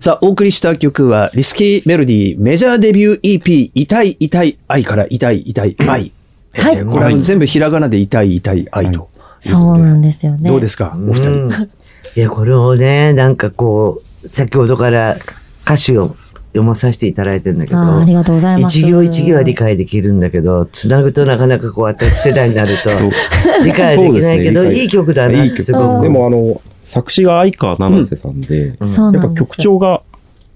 さあ、お送りした曲は、リスキーメロディーメジャーデビュー EP、痛い痛い愛から痛い痛い愛。はいえーこれは全部ひらがなで痛い痛い愛と。そうなんですよね。どうですか、お二人。うんいや、これをね、なんかこう、先ほどから歌詞を読まさせていただいてるんだけあーありど、がとうございます。一行一行は理解できるんだけど、つなぐとなかなかこう、私世代になると、理解できないけど、そうですね理解いい曲だなっいてい曲すでごく。もあの、作詞が相川七瀬さんで、うんそうやっなぱんですよ曲調が、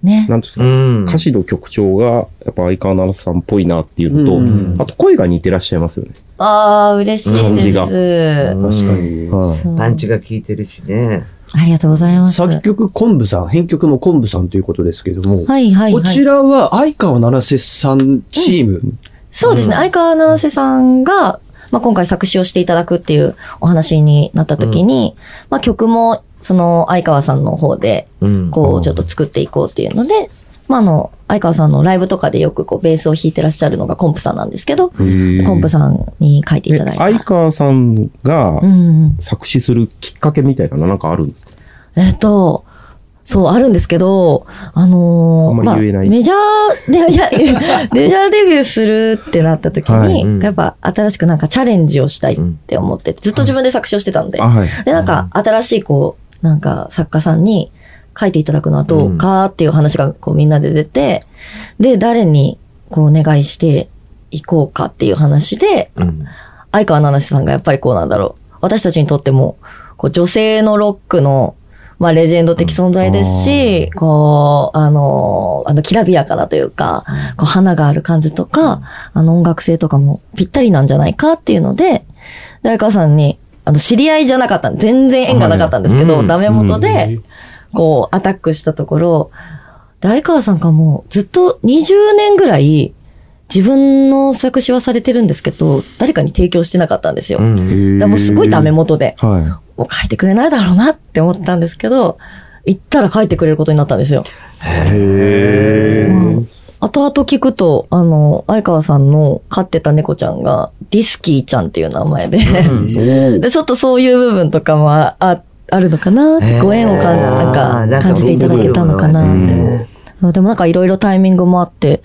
ね。なんていううんんですか、歌詞の曲調が、やっぱ相川七瀬さんっぽいなっていうのと、うんあと声が似てらっしゃいますよね。ああ、嬉しいで感す。うん確かに。はいうんパンチが効いてるしね。ありがとうございます。作曲昆布さん、編曲も昆布さんということですけれども、はいはいこはい。ちらは相川七瀬さんチーム。そうですね。うん相川七瀬さんが、まあ、今回作詞をしていただくっていうお話になった時に、まあ、曲も、その相川さんの方で、うんこう、ちょっと作っていこうっていうので、まあ、あの、相川さんのライブとかでよくこう、ベースを弾いてらっしゃるのがコンプさんなんですけど、コンプさんに書いていでただいた。相川さんがうんうん。作詞するきっかけみたいなのなんかあるんですかえっと、そう、あるんですけど、あのーあんまり言えないまあ、メジャー で、いや、メジャーデビューするってなった時に、はいうんやっぱ新しくなんかチャレンジをしたいって思ってて、ずっと自分で作詞をしてたんで、あ、はい。で、なんか新しいこう、なんか作家さんに書いていただくのはどうかっていう話がこうみんなで出て、で、誰にこうお願いしていこうかっていう話で、うん相川七瀬さんがやっぱりこうなんだろう。私たちにとっても、こう女性のロックの、まあレジェンド的存在ですし、こう、あの、あの、きらびやかなというか、こう花がある感じとか、あの音楽性とかもぴったりなんじゃないかっていうので、で相川さんに、あの、知り合いじゃなかった、全然縁がなかったんですけはど、いうんダメ元で、こう、アタックしたところ、で、相川さんがもうずっと20年ぐらい、自分の作詞はされてるんですけど、誰かに提供してなかったんですよ。うだかんらもうすごいダメ元で、はもう書いてくれないだろうなって思ったんですけど、行ったら書いてくれることになったんですよ。い。へうん後々聞くと、あの、相川さんの飼ってた猫ちゃんが、リスキーちゃんっていう名前で、でちょっとそういう部分とかもあああるのかなって、ご縁をかんなんか感じていただけたのかなうって。んでもなんかいろいろタイミングもあって、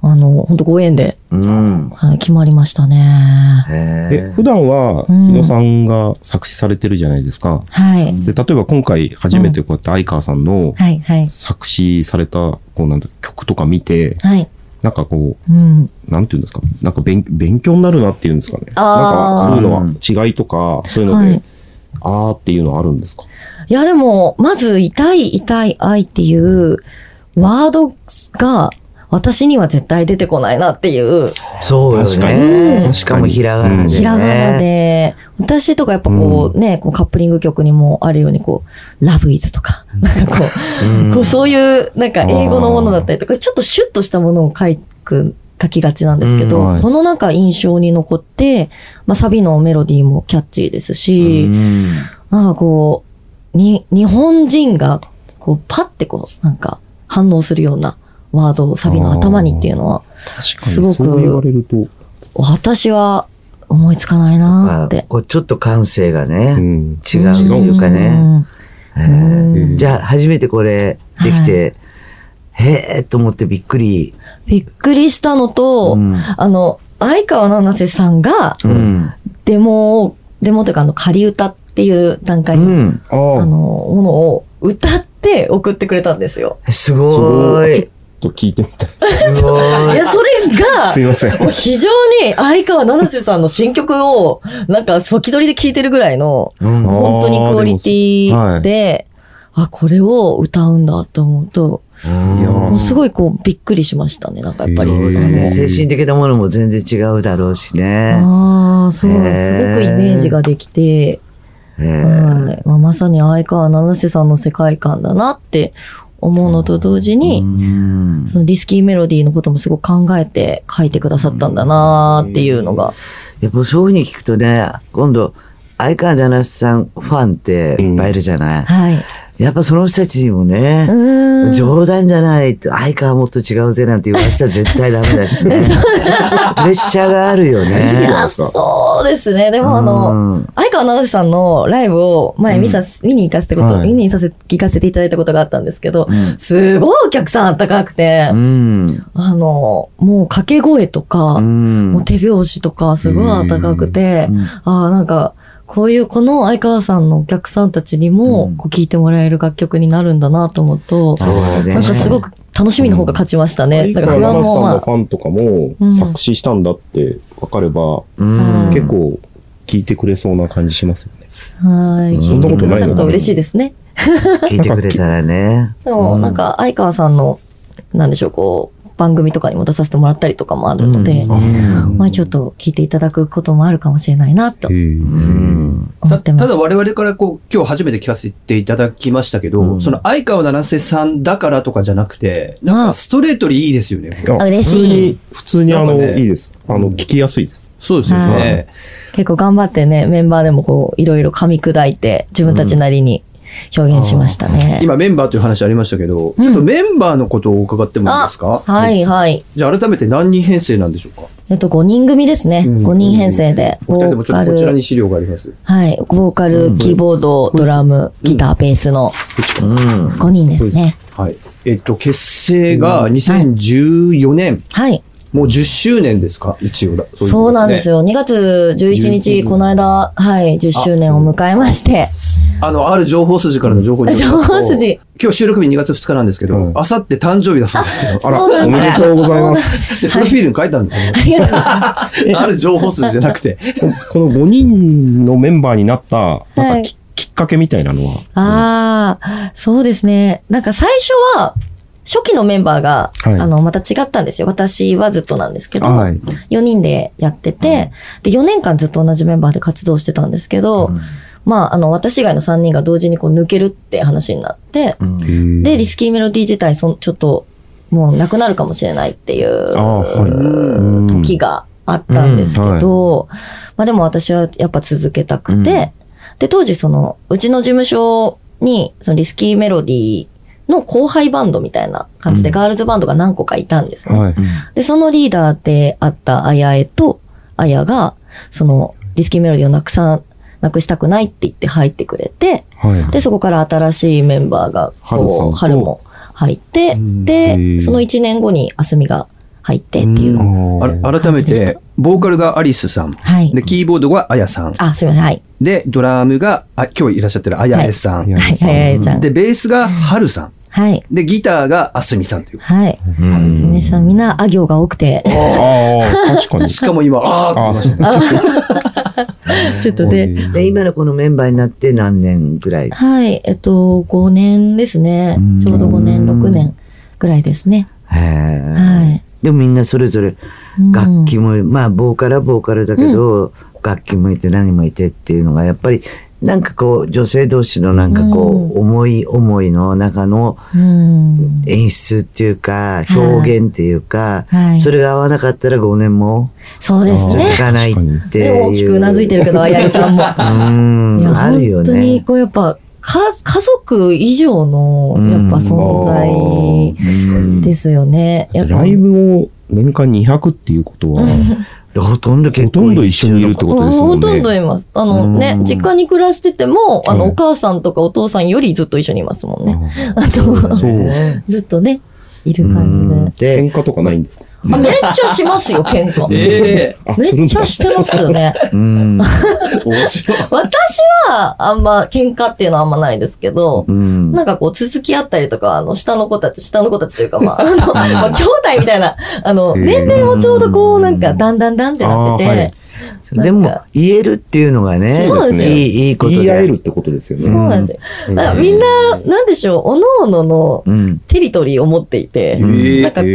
あの、本当ご縁で、うん。はい、決まりましたね。へえー普段は、う木ん野さんが作詞されてるじゃないですか。はい。で、例えば今回初めてこうやって相川さんのはい、はい。作詞された、こうなんだ、曲とか見て、はい。なんかこうん。う、なんていうんですか、なんか勉勉強になるなっていうんですかね。あーなんかそういうのは違いとか、そういうので、はいあーっていうのはあるんですかいや、でも、まず、痛い、痛い、愛っていう、ワードが、私には絶対出てこないなっていう、そうよ確かにね。しかもひらがなでね。ひらがなで、私とかやっぱこうね、こうカップリング曲にもあるように、こう、ラブイズとか、なんかこう、うん。こうそういう、なんか英語のものだったりとか、ちょっとシュッとしたものを書く、書きがちなんですけど、うんはいこの中印象に残って、まあサビのメロディーもキャッチーですし、うんなんかこう、に、日本人が、こうパッてこう、なんか反応するようなワードをサビの頭にっていうのは、確かに。すごくそう言われると。私は思いつかないなーって。こうちょっと感性がうね、ん。違うっていうかね。えうん。ーうんじゃあ、初めてこれできて、へえと思ってびっくり。びっくりしたのと、うんあの、相川七瀬さんが、うん。デモを、デモというか、あの、仮歌っていう段う階に、ん。ああの、ーものを歌って送ってくれたんですよ。すごーい。ちょっと聞いてみたい。すごい ーい。や、それがす、いませ ん。もう非常に相川七瀬さんの新曲を、なんか、先取りで聴いてるぐらいの、うん本当にクオリティで、あーあ,、これを歌うんだと思うと、いやーもうすごいこう、びっくりしましたね、なんかやっぱり。へーあの精神的なものも全然違うだろうしね。ああ、そう、すごくイへーメージができて、えーはい。まあ、まさに相川七瀬さんの世界観だなって思うのと同時うに、んそのリスキーメロディーのこともすごく考えて書いてくださったんだなーっていうのが。やっぱそういうふうに聞くとね、今度、相川七瀬さんファンっていっぱいいるじゃない。はい。やっぱその人たちにもね、うん冗談じゃないって、相川もっと違うぜなんて言わしたら絶対ダメだ しね。プレッシャーがあるよいね。や、そうですね。ででもあの、の、相川七瀬さんのライブを前見さす、見に行かせてこと、はい見にさせ、行かせていただいたことがあったんですけど、うんすごいお客さんあったかくて、うん。あの、もう掛け声とか、うんもう手拍子とかすごいあったかくて、うんああ、なんか、こういう、この相川さんのお客さんたちにうもん、こう聞いてもらえる楽曲になるんだなと思うと、そうだね。なんかすごく楽しみの方が勝ちましたね。な相んか川不七安瀬さもんまのあフ、ァンとかもうん作詞したんだって分かれば、うん、結構聞いてくれそうな感じしますよね。はい。そんな聞いこてとくだないさのると嬉しいですね。聞いてくれたらね。でも、なんか、相川さんの、なんでしょう、こう、番組とかにも出させてもらったりとかもあるので、うんまあちょっと聞いていただくこともあるかもしれないな、とうん思たったてます。だ我々からこう、今日初めて聞かせていただきましたけど、うんその相川七瀬さんだからとかじゃなくて、なんあかあストレートにいいですよね。あ嬉しい。普通に、普通にあなの、んかねいいです。あの、聞きやすいです。そうですよねね。結構頑張ってね、メンバーでもこう、いろいろ噛み砕いて、自分たちなりに表現しましたね。今メンバーという話ありましたけど、うんちょっとメンバーのことを伺ってもいいですかは。い、はい。じゃあ改めて何人編成なんでしょうかえっと、5人組ですね。うん5人編成で、おボ二人ともーちょっカとこちらルに、資料があります。はい、ボーカル、キーボード、ドラム、ギター、ベースのうん。 5人ですね。はい。えっと、結成が2014年、はい。もう10周年ですか一応だ。いことそうなんですね。よ。2月11日、この間、はい、10周年を迎えまして。あの、ある情報筋からの情報によりますと情報筋今日収録日2月2日なんですけうど、んあさって誕生日だそうですけど、あら、そうなおんだめでとうございます。でプロフィールに書いたんだよねありがとうございます。ある情報筋じゃなくて。この5人のメンバーになった、なんかき,、はいっかけみたいなのは。ああ、そうですね。なんか最初は、初期のメンバーが、はいあの、また違ったんですよ。私はずっとなんですけど、はい。 4人でやってて、で、4年間ずっと同じメンバーで活動してたんですけど、まあ、あの、私以外の3人が同時にこう抜けるって話になって、うんで、リスキーメロディー自体、そんちょっと、もうなくなるかもしれないっていう、あはいうん時があったんですけど、まあでも私はやっぱ続けたくて、で、当時その、うちの事務所に、そのリスキーメロディーの後輩バンドみたいな感じで、うんガールズバンドが何個かいたんですね。はい。で、そのリーダーであったあやえと、あやが、その、リスキーメロディーをなくさ、なくしたくないって言って入ってくれて、はい。で、そこから新しいメンバーが、春さんことう、春も入って、へで、ーその1年後にあすみが入ってっていうう。んあらあら改め感じでしてた、ボーカルがアリスさん。はい。で、キーボードがあやさん。あ、すみません。はい。で、ドラムが、あ、今日いらっしゃってるあやえさん。はいはい、あやえちゃん。で、ベースがはるさん。はい。で、ギターがあすみさんという。はい。うんすみません。みんな、あ行が多くて。ああ、確かに。しかも 今、 あーって言いましたね。ちょっとで。で、今のこのメンバーになって何年ぐらいはい。えっと、5年ですねうん。ちょうど5年、6年ぐらいですね。は。はいでもみんなそれぞれうん楽器も、まあボーカルはボーカルだけど、楽器もいて何もいてっていうのがやっぱりなんかこう女性同士のなんかこう、思い思いの中のうん。演出っていうかい表現っていうか、はい。それが合わなかったら5年もそうです続ね。かないっていねう。大きくうなずいてるけど、あやえちゃんも。うーいやん、あるよ本当に、ね。こうやっぱ、か、家族以上の、やっぱ存在うんですよね。やっぱライブを年間200っていうことは、ほとんど結ほと構んど一緒にいるってことですもほんね。とんどいます。あのうんね、実家に暮らしてても、あの、はいお母さんとかお父さんよりずっと一緒にいますもんね。ああと、そう。ずっとね、いる感じうんで。で、喧嘩とかないんですかあめっちゃしますよ、喧嘩。えあめするっんちだゃしてますよね。うえん。面白い。私は、あんま、喧嘩っていうのはあんまないですけど、 うんなんかこう続き合ったりとか、あの、下の子たち、下の子たちというか、まあ、あの、まあ兄弟みたいな、あの、へー年齢もちょうどこう、なんか、だんだんだんってなってあーはてい、なんかでも、言えるっていうのがね、そうですよいい、いいこと言い合えで。るってことですよそうね。なんですよ。だからみんな、なんでしょう、各々のうん。テリトリーを持っていて、ええなんかこう、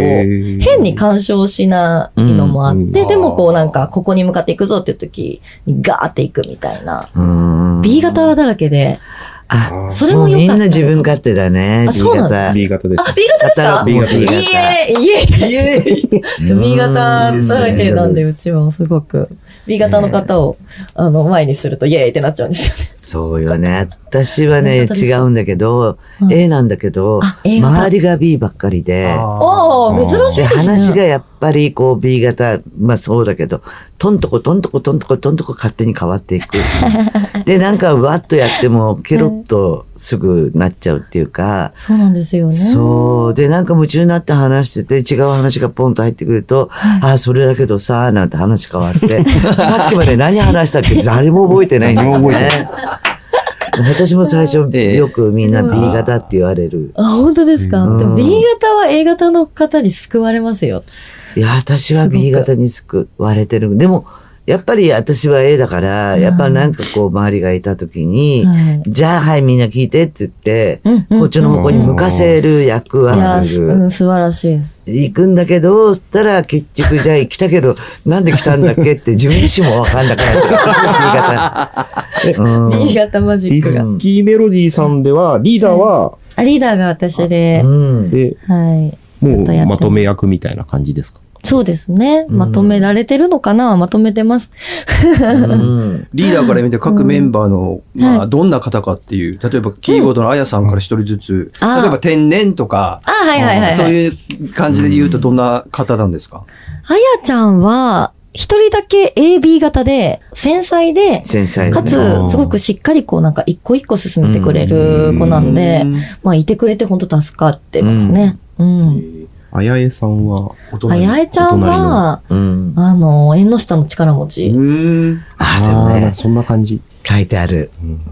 変に干渉しないのもあって、うんでもこあうーなんか、ここに向かっていくぞっていう時にガーっていくみたいな。うん B 型だらけで、ああ、ーそれももう良かっみんた。な自分勝手だね。あ B そうなんだ型。 B 型であ、す。 B 型ですか型の B 型 B 型イエーイイエーイそう B 型だらけなんで、ううちはすごく。B 型の方を、あの、前にするとイエーイってなっちゃうんですそうよね。私はね、 B 型です違かうんだけど、うん A なんだけどあ、A 型周りが B ばっかりで、よあね。ああ、珍しいで、ですね。話がやっぱりこう B 型、まあそうだけど、トンとこトンとこトンとこトンとこ勝手に変わって いく。で、なんかわっとやっても、ケロッとすぐなっちゃうっていうか、そうなんですよね。そう。で、なんか夢中になって話してて、違う話がポンと入ってくると、ああ、それだけどさ、なんて話変わって、さっきまで何話したっけ誰も覚えてないんだよ何も覚ねえて。私も最初、ええよくみんな B 型って言われる。あ、本当ですか、うんでも B 型は A 型の方に救われますよ。いや、私はすごく B 型に救われてる。でも、やっぱり私は A だから、やっぱなんかこう、周りがいた時に、はいじゃあ、はい、みんな聞いてって言って、うんうんこっちの方向に向かせる役いやはすー、る。うん、素晴らしいです。行くんだけど、そしたら結局じゃあ来たけど、 なんで来たんだっけって自分自身もわかんなくなっちゃ う。 B 型マジリックスが。キーメロディーさんでは、リーダーは、あ、リーダーが私でう、ん。うん。で、はい。ずもっとやってまうますとめ役みたいな感じですかそうですね。うんまとめられてるのかなまとめてます。うんリーダーから見て各メンバーの、まあ、どんな方かっていう、例えばキーボードのあやさんから一人ずつ、あー例えば天然とか、あ、はいはいはい、そうはい。いう感じで言うとどんな方なんですか、あやちゃんは、一人だけ AB 型で、繊細で、繊細だかねつ、すごくしっかりこうなんか一個一個進めてくれる子なんで、まあいてくれて本当助かってますね。うん。あやえさんは、大人あやえちゃんは、うん。あの、縁の下の力持うち。ーん。ああ、でもーね、そんな感じ。書いてある。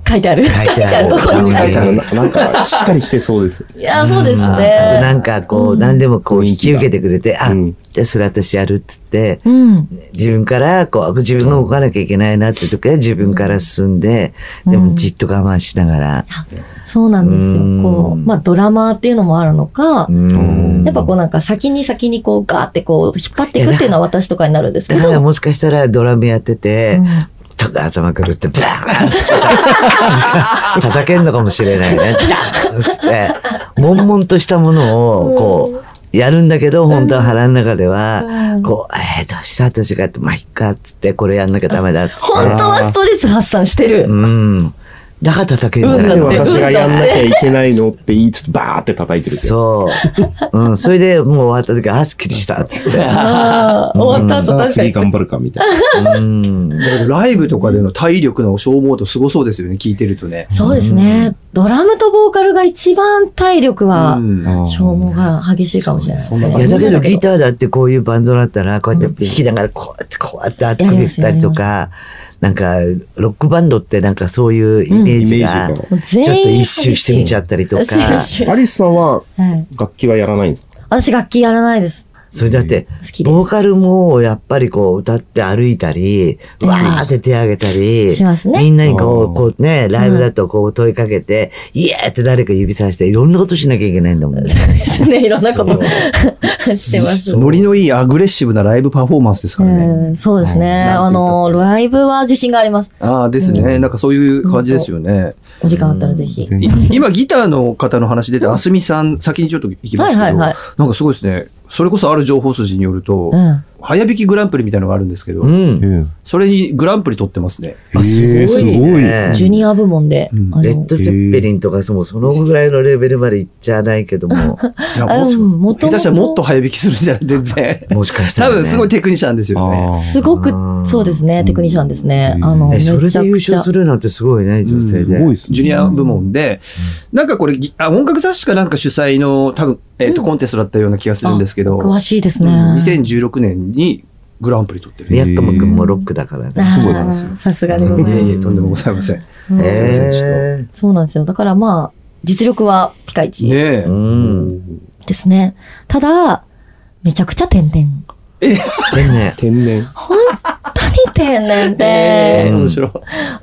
書いてある。書いてある。どこに書いてあるななんか、しっかりしてそうです。いや、そうですあね。あとなんかこうう、ん何でもこう雰引囲き気が受けてくれて、あう、んじゃあそれ私やるっつって、うん。自分から、こう、自分が動かなきゃいけないなって時は自分から進んで、でうもんじっと我慢しながら。そうなんですうよ。んこう、まあドラマーっていうのもあるのか、うんやっぱこうなんか先に先にこうガーってこう引っ張っていくっていうのは私とかになるんですけだかど、らうんもしかしたらドラムやってて、ちょっと頭狂って、バーンって叩叩けんのかもしれない ね。ダーンって、悶々としたものを、こう、やるんだけど、本当は腹の中では、こう、えー、どうしたどうしたって、まあ、いっか、つって、これやんなきゃダメだっつって。本当はストレス発散してる。うん。だから叩けるんじゃなんいなでの私がやんなきゃいけないのって言いつつ、バーって叩いてるけど。そう。うん。それで、もう終わった時、あ、すっきりした、つって。 ああ、終わった後さあ確か次に。頑張るかみたいな。うん。だけどライブとかでの体力の消耗とすごそうですよね、聞いてるとね。そうですね。ドラムとボーカルが一番体力はうん消耗が激しいかもしれないですね。そういやだけどギー。ターだってこういうバンドだったらこうやって弾きながらこうやってこうやってあってくれたりとか、なんかロックバンドってなんかそういうイメージがイちょメーっジ全員と一周してみちゃったりとか、一が。ア周リスさんははい。楽器はやらないんですか私楽器やらないです。それだって好きでボーカルもやっぱりこう歌って歩いたり、うんわーって手上げたりす。し、ますね。みんなにこあう、ーこうね、ライブだとこう問いかけて、イエーって誰か指さして、いろんなことしなきゃいけないんだもんね。です ね。いろんなこと してます。ノリのいいアグレッシブなライブパフォーマンスですからね。うんそうですね。うんあの、ライブは自信があります。ああ、ですね、なんかそういう感じですよね。お時間あったらぜひ。い今、ギターの方の話出て、あすみさん、先にちょっと行きますけど、はいはいはいなんかすごいですね。それこそある情報筋によると、うん。早弾きグランプリみたいなのがあるんですけど、うん。うん。それにグランプリ取ってますね。あすごいねジュニア部門で、うんあレッのド・セッペリンとかそのそのぐらいのレベルまでいっちゃないけども、いや、あもううんもとも下と手したらもっと早弾きするんじゃない全然。もしかした多ら、ね。分すごいテクニシャンですよね。すごくう、んそうですね、テクニシャンですね。うんあの、めええちゃそれくで優ち勝ゃす。るなんてすごいね、女性で。ごいですね。ジュニア部門で、なんかこれ、ぎあ音楽雑誌かなんか主催の、多分、えっ、と、コンテストだったような気がするんですけど、詳しいですね。 2016年にグランプリ取ってる。宮川君もロックだからね。あーそうなんですよさすがでございいまえいすえ、とんでもございません。ねうんえすいませんちえそうなんですよ。だからまあ、実力はピカイチえ。うん。ですね。ただ、めちゃくちゃ天然。でね、天然。本当に天然 で、ええ面白い。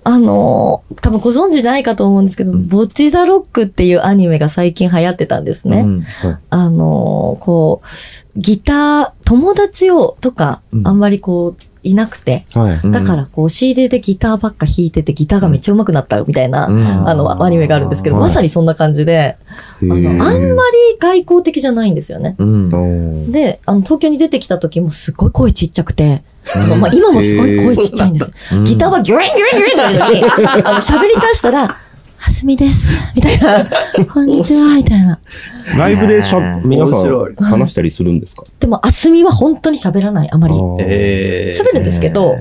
あの、多分ご存知ないかと思うんですけど、んボッチザロックっていうアニメが最近流行ってたんですね。うんあの、こう、ギター、友達をとか、うんあんまりこう、いなくて、はい。うんだからこう CD でギターばっか弾いててギターがめっちゃ上手くなったみたいな、うんあの、アニメがあるんですけど、はいまさにそんな感じで、へあの、ーあんまり外交的じゃないんですよね。うんおーで、あの、東京に出てきた時もすごい声ちっちゃくて、まあ今もすごい声ちっちゃいんです。うんギターはギュリンギュリンギュリン って言うのに、あの、喋り出したら、はすみです、みたいな、こんにちは、みたいな。ライブでしゃ、皆さ面白いん話したりするんですかでも、あすみは本当に喋らない、あまり。あーえ喋るんですけど、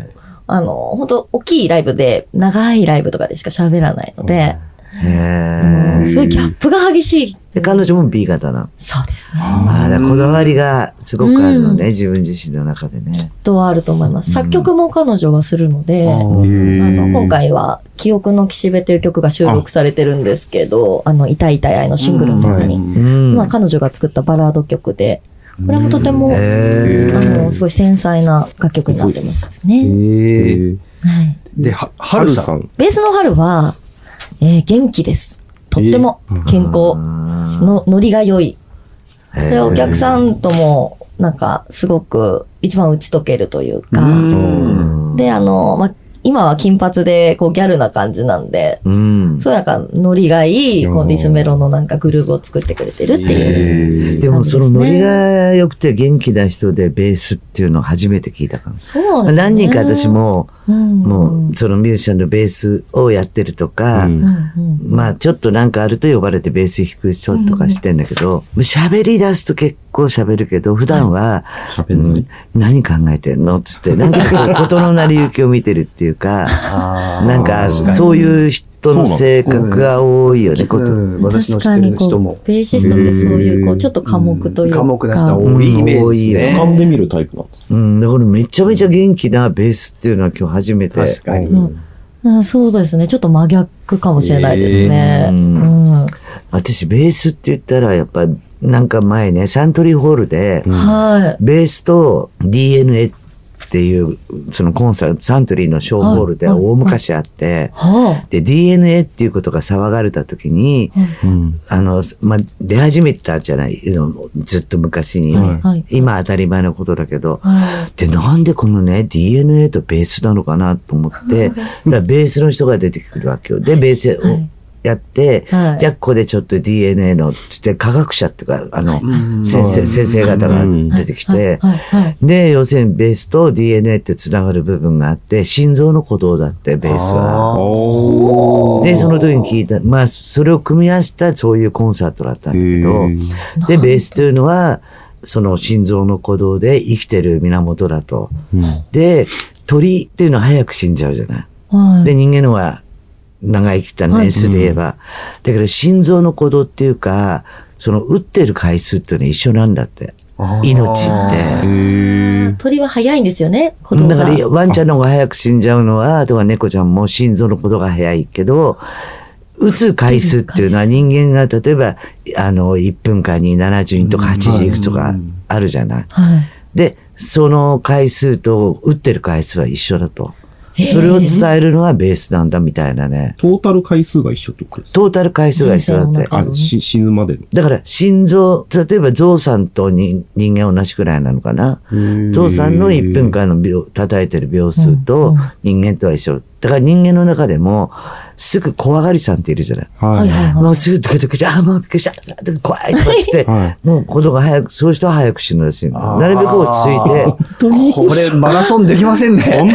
あの、本当大きいライブで、長いライブとかでしか喋らないので、へうえんすごいギャップが激しい。で彼女も B 型なの。そうですね。ああ、だからこだわりがすごくあるのね、自分自身の中でね。とはあると思います。うん作曲も彼女はするので、あへーの今回は「記憶の岸辺」という曲が収録されてるんですけど「あの痛い痛い愛」のシングルの中に、はういんまあ、彼女が作ったバラード曲でこれもとても、へあーのすごい繊細な楽曲になってますね。ええーはい、で、は、はハルるささん。ん。ベースの春は、えー元気です。とっても健康の、ノリが良い。で、お客さんとも、なんか、すごく、一番打ち解けるというか、うんで、あの、ま、今は金髪で、こう、ギャルな感じなんで、うん。そうなんか、ノリがいい、こうう、んディスメロのなんかグルーブを作ってくれてるっていう。えでもそのノリが良くて元気な人でベースっていうのを初めて聞いたから。そうなんですね。何人か私、も、うん、もうそのミュージシャンのベースをやってるとか、ううんん、うん、まあちょっとなんかあると呼ばれてベース弾く人とかしてんだけど、喋り出すと結構喋るけど、普段は、喋んない。うん何考えてんのっつって、なんか事の成り行きを見てるっていう か、なんか確かにそういう人の性格が多いよね、こと。うん私の確知っかてにるこ人うも、。ベーシストってそういう、こへう、ーちょっと寡黙というか。科目な人はうん多いイメージうん多いです俯ね。瞰で見るタイプなんですかうん、だからめちゃめちゃ元気なベースっていうのは今日初めて。確かに。うんうんそうですね。ちょっと真逆かもしれないですね。えーうん私ベースって言ったらやっぱなんか前ね、サントリーホールで、はい。ベースと DNA っていう、そのコンサート、サントリーのショーホールではいはい大昔あって、はで、DNA っていうことが騒がれた時に、うんあの、まあ、出始めたじゃない、のずっと昔に。あ。はい。はい。今当たり前のことだけど、はで、なんでこのね、DNA とベースなのかなと思って、だからベースの人が出てくるわけよ。で、ベースいはをいやって、はいじゃあここでちょっと DNA の、って科学者っていうか、あの、うん先生、先生方がうん出てきて、はい。はい。で、要するにベースと DNA ってつながる部分があって、心臓の鼓動だって、ベースは。おで、その時に聞いた、まあ、それを組み合わせたそういうコンサートだったんだけど、で、ベースというのは、その心臓の鼓動で生きてる源だと。で、鳥っていうのは早く死んじゃうじゃない。はい。で、人間の方が長生きた年数で言えば。だけど、心臓の鼓動っていうか、その打ってる回数っていうのは一緒なんだって。命って。鳥は早いんですよね、子供だが。から、ワンちゃんの方が早く死んじゃうのは、あとは猫ちゃんも心臓の鼓動が早いけど、打つ回数っていうのは人間が例えば、あの、1分間に70とか80いくつとかあるじゃない。はい。で、その回数と打ってる回数は一緒だとへえ。それを伝えるのはベースなんだみたいなね。トータル回数が一緒ってことですかトータル回数が一緒だっ人生のて中。あ、し死ぬまでの。だから心臓、例えばゾさんと人人間同じくらいなのかな。ゾさんの1分間の秒叩いてる秒数うんと人間とは一緒。だから人間の中でも、すぐ怖がりさんっているじゃない。ははい。い。はい。もはうい。すぐドキドキして、あ、もうびっくりした、あ怖いとかして、はもう子供が早く、そういう人は早く死ぬらしいの。なるべく落ち着いて、これマラソンできませんね。ちょっ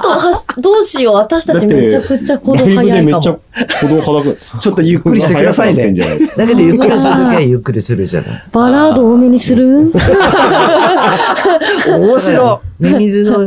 とはす、どうしよう。私ただちってめちゃくちゃ子供ライブ早でいめ かっちゃも。鼓動早く。ちょっとゆっくりしてくださいね鼓動早くなってんじゃないですかだけどゆっくりするときはゆっくりするじゃない。バラード多めにする面白ミミズの、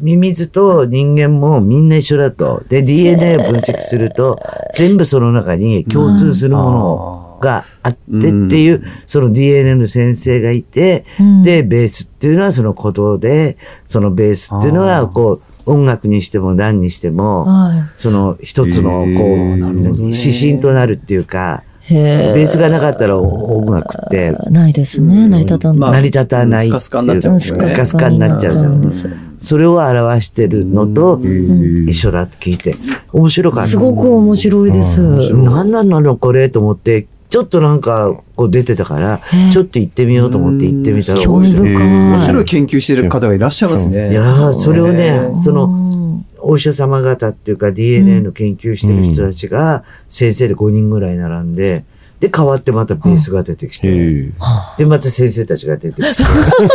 ミミズと人間もみんな一緒だと。で、DNA を分析すると、全部その中に共通するものがあってっていう、その DNA の先生がいて、うんで、ベースっていうのはその鼓動で、そのベースっていうのは、こう、音楽にしても何にしても、はその一つの、こう、へーなるほど指針となるっていうか、い。へベースがなかったら音楽ってえ。ないですね、成り立たまあない。成り立たないっていう。スカスカになっちゃうんですよねスカスカになっちゃうじゃん。です。それを表してるのとん一緒だって聞いて、面白かった。すごく面白いです。何なのこれと思って、ちょっとなんか、こう出てたから、ちょっと行ってみようと思って行ってみたら興味深い。面面白い研究してる方がいらっしゃいますね。いやー、それをね、その、の、お医者様方っていうか DNA の研究してる人たちが先生で5人ぐらい並んで、で、変わってまたベースが出てきて、え。で、また先生たちが出てき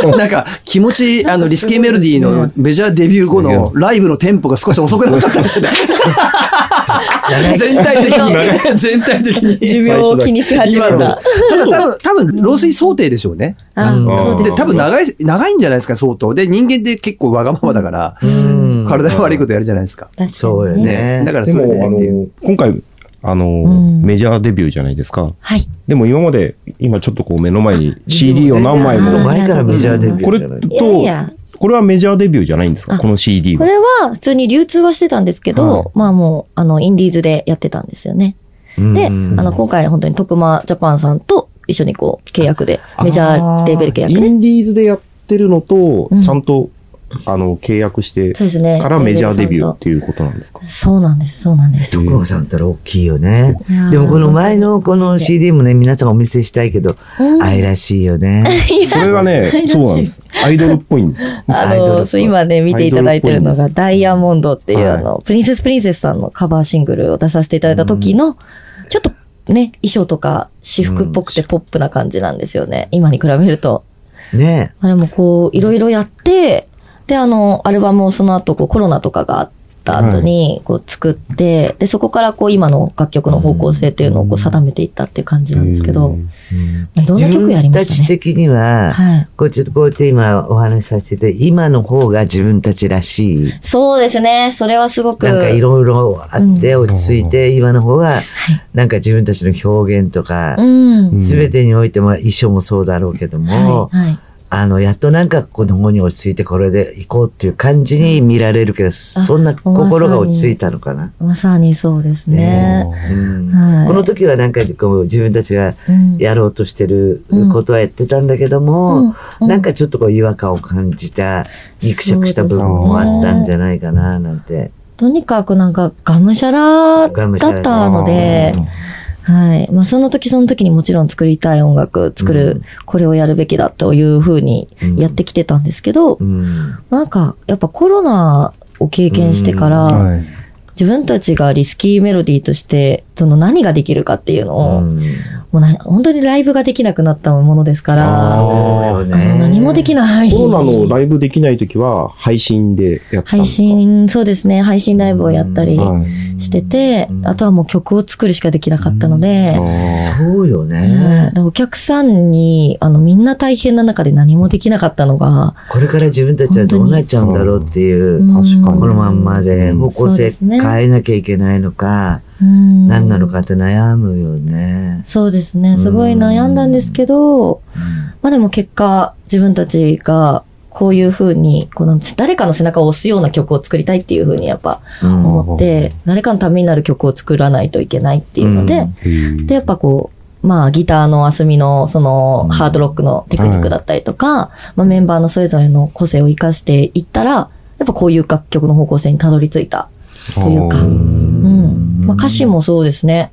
て、 なんか気持ち、あの、リスケメロディーのメジャーデビュー後のライブのテンポが少し遅くなったかもしれない。全体的に、全体的に。寿命を気にし始め今の。ただ。た多分、多分、老衰想定でしょうね。あうんそうでで、す多分長い、長いんじゃないですか、相当。で、人間って結構わがままだから、体の悪いことやるじゃないですか。確かにねそうよねね。だからでそれも、あでっていう。の、今回、あの、んメジャーデビューじゃないですか。はい。でも今まで、今ちょっとこう目の前に CD を何枚あーも。前からメジャーデビューこれじゃないといやいや、これはメジャーデビューじゃないんですかあこの CD こは。れは普通に流通はしてたんですけど、はいまあもう、あの、インディーズでやってたんですよね。で、あの、今回本当に徳間ジャパンさんと一緒にこう、契約で、メジャーレーベル契約イで。ンディーズでやってるのとうん、ちゃんと、あの、契約してそうですね。からメジャーデビュレーベっていうことなんですかルさんと。そうなんです、そうなんです。徳間さんったら大きいよね。でもこの前のこの CD もね、皆さんお見せしたいけど、うん、愛らしいよね。それがね、そうなん です。アイドルっぽいんですよ。あアイドルっぽの、いそう今ね、見ていただいてるのアが、イドルっぽいんですダイヤモンドっていう、はあいの、プリンセスプリンセスさんのカバーシングルを出させていただいた時の、ちょっとね、衣装とか私服っぽくてポップな感じなんですよね。今に比べると。ね。あれもこう、いろいろやって、で、あの、アルバムをその後、こう、コロナとかがあった後に、こう、作って、で、そこからこう、今の楽曲の方向性っていうのをこう、定めていったっていう感じなんですけど、まあいろんな曲やりま自分たちしたね。的には、はい。こうちょっとこうやって今お話しさせてて、今の方が自分たちらしい。そうですね。それはすごく。なんかいろいろあって落ち着いて、今の方がい、なんか自分たちの表現とかう、ん。んすべてにおいて、まあ衣装もそうだろうけどもは、い。はいあの、やっとなんかこの方に落ち着いてこれで行こうっていう感じに見られるけど、そんな心が落ち着いたのかな。まさにそうですね。うんはい。この時はなんかこう自分たちがうん、やろうとしてることはやってたんだけども、なんかちょっとこう違和感を感じた、ぎくしゃくした部分もあったんじゃないかな、なんて。とにかくなんかがむしゃらだったので、はい。まあその時その時にもちろん作りたい音楽作る、うんこれをやるべきだというふうにやってきてたんですけど、うん。なんかやっぱコロナを経験してから、はい自分たちがリスキーメロディーとして、その何ができるかっていうのを、うんもうな本当にライブができなくなったものですから、あーそうだあよのね何もできない。コロナのライブできないときは配信でやってたん配ですか信、そうですね、配信ライブをやったりはいしてて、うんあとはもう曲を作るしかできなかったので、そうようんねだ。からお客さんに、あの、みんな大変な中で何もできなかったのが、これから自分たちはどうなっちゃうんだろうっていう。うん確かにこのまんまでうん方向そう性ですね変えなきゃいけないのか、うん何なのかって悩むよね。そうですね、すごい悩んだんですけど、まあでも結果、自分たちが、こういうふうに、この誰かの背中を押すような曲を作りたいっていうふうにやっぱうん思って、誰かのためになる曲を作らないといけないっていうので、うんで、やっぱこう、まあ、ギターのあすみの、その、ハードロックのテクニックだったりとか、まあ、メンバーのそれぞれの個性を生かしていったら、やっぱこういう楽曲の方向性にたどり着いたというか、うん。まあ、歌詞もそうですね。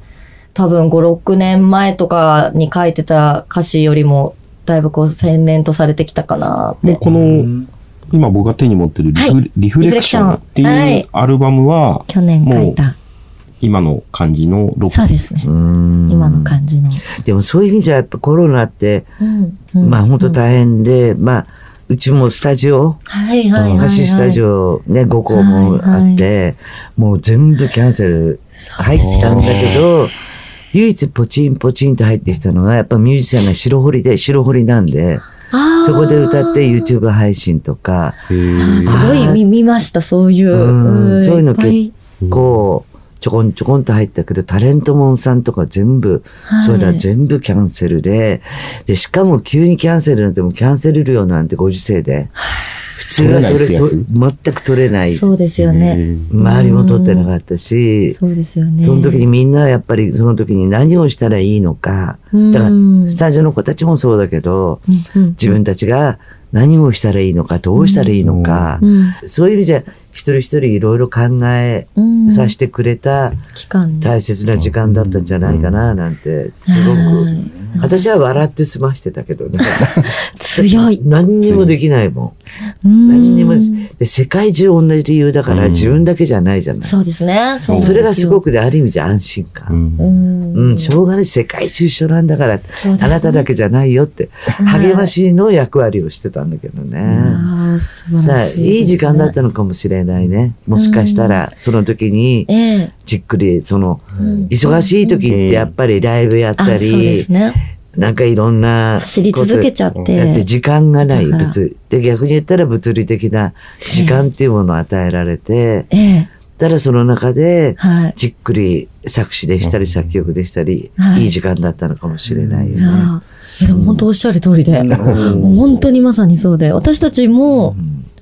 多分5、6年前とかに書いてた歌詞よりも、だいぶこう、洗練とされてきたかなっもうて。この、今僕が手に持ってるリフ,、はリフレクションってはいいうアルバムは、去年書いた。今の感じのロッそうですね。今今の感じの。じ。でもそういう意味じゃやっぱコロナって、うんうんまあ本当うん大変で、まあうちもスタジオ、はいはいはいはい。歌詞スタジオね、5校もあって、もう全部キャンセル入ってたんだけど、唯一ポチンポチンと入ってきたのが、やっぱミュージシャンが白堀で、白堀なんで、あーそこで歌って YouTube 配信とか、ク。へーすごい見見ました、そういう。うんんそういうのっぱいこう、ちょこんちょこんと入ったけど、タレントモンさんとか全部、はいそれら全部キャンセルで、で、しかも急にキャンセルなんてもうキャンセル料なんてご時世で、普通は取れ、取れないとって全く取れない。そうですよね。へー周りも取ってなかったし、そうですよね。その時にみんなやっぱりその時に何をしたらいいのか。だからうんスタジオの子たちもそうだけど、うんうん自分たちが何をしたらいいのか、どうしたらいいのか、うんそういう意味じゃ、一人一人いろいろ考えうんさせてくれた期間ね大切な時間だったんじゃないかな、なんて、すごはく。い私は笑って済ましてたけどね。強い。何にもできないもん。何にもうんで、世界中同じ理由だから、うん自分だけじゃないじゃない。そうですね。うなんですよそれがすご。くで、ある意味じゃ安心う感。んうんうん、しょうがない、世界中一緒なんだから、そうですあねなただけじゃないよって、はい励ましの役割をしてたんだけどね。ああ、素晴だかららいしい。い時間だっ。たのかもしれないね。もしかしたら、その時に、ええ。じっくり、その、うん忙しい時ってやっぱりライブやっあ、そたうでりす、ね。なんかいろんな。走り続けちゃっだってて。時間がないだから物で逆に言ったら物理的な時間っていうものを与えられて、ええ。ただその中ではい。じっくり作詞でしたり作曲でしたり、はいいい時間だったのかもしれないよいねや。ーえでも本当おっしゃる通りで。もう本当にまさにそうで。私たちも、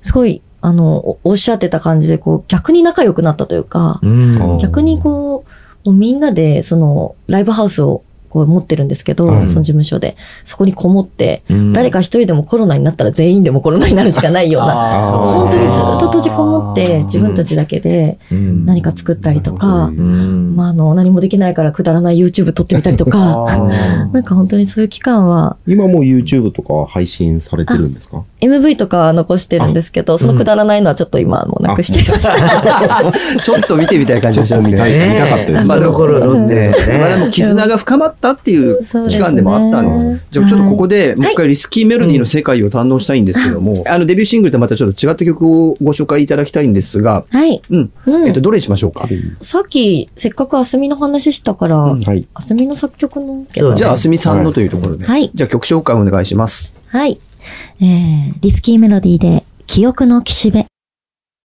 すごい、あの、おおっしゃってた感じで、こう、逆に仲良くなったというか、うんうん逆にこう、もうみんなで、その、ライブハウスを、こう持ってるんですけど、うんその事務所で、そこにこもって、うん誰か一人でもコロナになったら全員でもコロナになるしかないような、ー本当にずっと閉じこもって、自分たちだけでうん何か作ったりとか、うんまあ、あの、何もできないからくだらない YouTube 撮ってみたりとか、あなんか本当にそういう期間は、今もう YouTube とか配信されてるんですか MV とかは残してるんですけど、そのくだらないのはちょっと今はもうなくしちゃいました。ーちょっと見てみたい感じがしますけ見どたいね。ねえ見たかったですその頃のってねまあでも絆が深まったっていうそうです期ね間でもあったんです。じゃあちょっとここでもう一回リスキーメロディーの世界を堪能したいんですけども、あのデビューシングルとまたちょっと違った曲をご紹介いただきたいんですが、はい。うん。うんえっと、どれにしましょうかさっき、せっかくあすみの話したから、はい。あすみの作曲のけどそうじゃあ、あすみさんのというところで。はいじゃあ曲紹介お願いします。はい。えー、リスキーメロディーで、記憶の岸辺。